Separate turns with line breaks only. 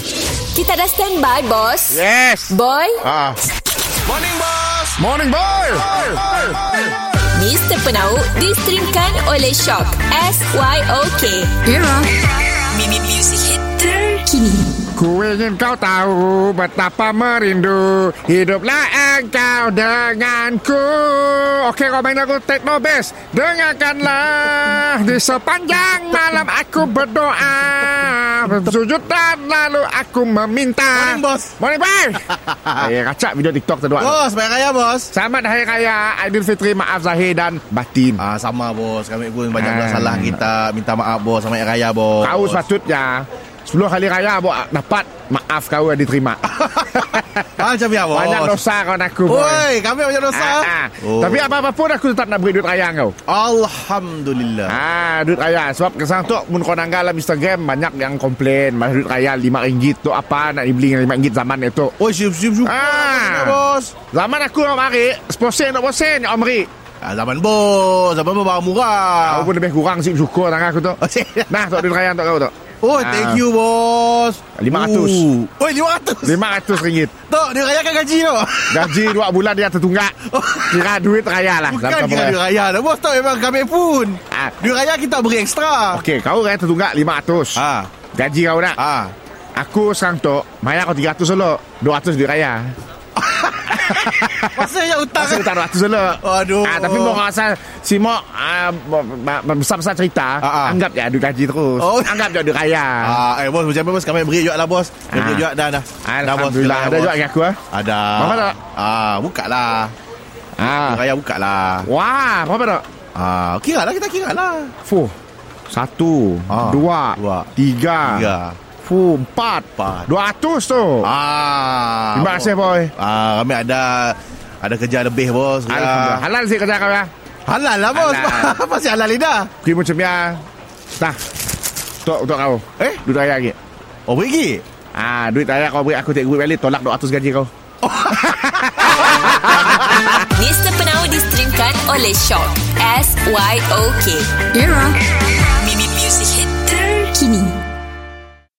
Cita dah standby, bos.
Yes.
Boy,
Ah.
Morning, boss.
Morning, boy.
Mr. Penau distrimkan oleh Shock. S-Y-O-K. Era. Mimi Music Hit terkini.
Ku ingin kau tahu betapa merindu Hiduplah engkau denganku Okey, kau main aku techno bass Dengarkanlah Di sepanjang malam aku berdoa Sujud dan lalu aku meminta
Morning, boss. Oh.
Morning, boy Eh, kacak video TikTok terdoa
Bos, baik raya, bos.
Selamat Hari Raya Aidilfitri Maaf Zahir dan Batin
Ah, sama, bos. Kami pun banyak dah
Ah.
salah kita. Minta maaf, bos. Sama Raya, bos.
Kau sepatutnya Sebelum Hari Raya Abang dapat Maaf kau yang diterima
Ah, macam ya, bos.
Banyak dosa kawan aku boy.
Oi, kami banyak Oh, dosa. Oh.
Ah, ah. Tapi apa-apa pun aku tetap nak beri duit raya kau
Alhamdulillah.
Ah, duit raya Sebab kesang tu Mun kau nanggal lah Instagram Banyak yang komplain Mas duit raya RM5 tu apa Nak dibeli dengan RM5 zaman itu
Oi, siap, siap, siap.
Ah.
bos.
Zaman aku nak mari Seposen nak posen Nak mari
Ah, zaman bos. Zaman barang murah.
Aku pun lebih kurang sih Syukur tangan aku tu Nah, tok duit raya untuk kau tu
Oh,
Ah.
thank you, bos.
500.
Uh. Oi, 500.
RM500 ringgit
Tok, dia rayakan gaji, tok.
Gaji 2 bulan dia tertunggak Kira duit raya lah
Bukan
Dalam
kira
kapal.
dia raya dah, bos. Tok, memang kami pun.
Ah.
Dia raya kita beri ekstra.
Okey, kau raya tertunggak 500. Ha?
Ah.
Gaji kau nak. Ha?
Ah.
Aku sekarang tu, maya kau 300 solo. 200 duit raya.
Maksudnya utang.
Aku tak 200 solo.
Aduh.
Ah, tapi mau rasa si Mok ah, ma- ma- besar-besar cerita,
Ah, ah.
anggap je duit gaji terus.
Oh.
Anggap je duit raya.
Ah, eh bos macam mana bos? Kami beri juga lah bos. Kami
Ah.
beri juga dah dah.
Alhamdulillah.
Dah, bos.
Ada juga dengan aku ah.
Ada.
Berapa tak?
Ah, buka lah.
Ah.
Raya buka lah.
Wah, berapa tak?
Ah, kira lah kita kira lah.
Fuh. Satu,
Ah,
dua,
dua,
tiga,
Tiga.
fuh, empat,
Empat.
dua ratus tu.
Ah.
Terima
bos.
kasih, boy.
Ah, kami ada ada kerja lebih bos. Ya.
Alhamdulillah. Halal sih kerja kau ya.
Halal lah bos.
Halal.
Masih halal lidah.
Kau macam ya. Nah, untuk, untuk kau.
Eh?
Duit raya lagi.
Oh, pergi.
Ah, duit ayah kau beri aku tiap duit balik tolak 200 gaji kau.
Mr. Penau distrimkan oleh Shock. S-Y-O-K. Era. Mimi Music Hit